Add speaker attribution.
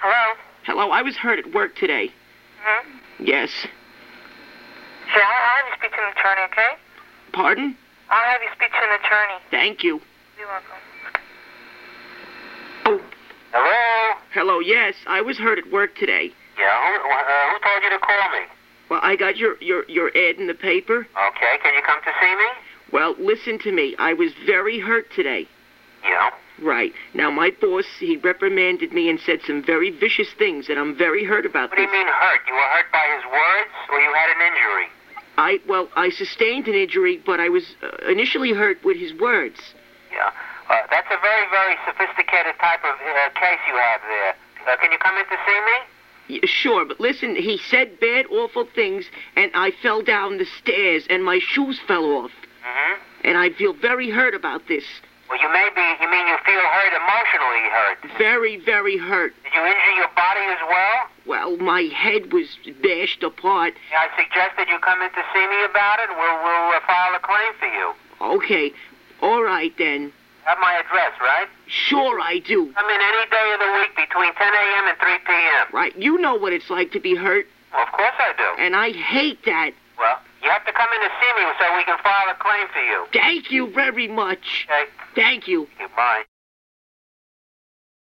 Speaker 1: Hello?
Speaker 2: Hello, I was hurt at work today.
Speaker 1: Hmm?
Speaker 2: Yes.
Speaker 1: See, I'll I'll have you speak to an attorney, okay?
Speaker 2: Pardon?
Speaker 1: I'll have you speak to an attorney.
Speaker 2: Thank you.
Speaker 1: You're welcome.
Speaker 2: Oh,
Speaker 3: Hello?
Speaker 2: hello, yes, I was hurt at work today.
Speaker 3: Yeah, who, uh, who told you to call me?
Speaker 2: Well, I got your, your, your ad in the paper.
Speaker 3: Okay, can you come to see me?
Speaker 2: Well, listen to me. I was very hurt today.
Speaker 3: Yeah.
Speaker 2: Right. Now, my boss, he reprimanded me and said some very vicious things, and I'm very hurt about
Speaker 3: What do
Speaker 2: this.
Speaker 3: you mean hurt? You were hurt by his words, or you had an injury?
Speaker 2: I, well, I sustained an injury, but I was uh, initially hurt with his words.
Speaker 3: Yeah. Uh, that's a very, very sophisticated type of uh, case you have there. Uh, can you come in to see me?
Speaker 2: Y- Sure, but listen, he said bad, awful things, and I fell down the stairs, and my shoes fell off.
Speaker 3: Mm-hmm.
Speaker 2: And I feel very hurt about this.
Speaker 3: Well, you may be, you mean you feel hurt, emotionally hurt.
Speaker 2: Very, very hurt.
Speaker 3: Did you injure your body as well?
Speaker 2: Well, my head was bashed apart.
Speaker 3: I suggested you come in to see me about it. We'll, we'll uh, file a claim for you.
Speaker 2: Okay, all right then.
Speaker 3: You Have my address, right?
Speaker 2: Sure, I do.
Speaker 3: Come in any day of the week between 10 a.m. and 3 p.m.
Speaker 2: Right, you know what it's like to be hurt,
Speaker 3: Well, of course I do.
Speaker 2: and I hate that.
Speaker 3: Well, you have to come in to see me so we can file a claim for you.
Speaker 2: Thank you very much.
Speaker 3: Okay?
Speaker 2: Thank you.
Speaker 3: Goodbye.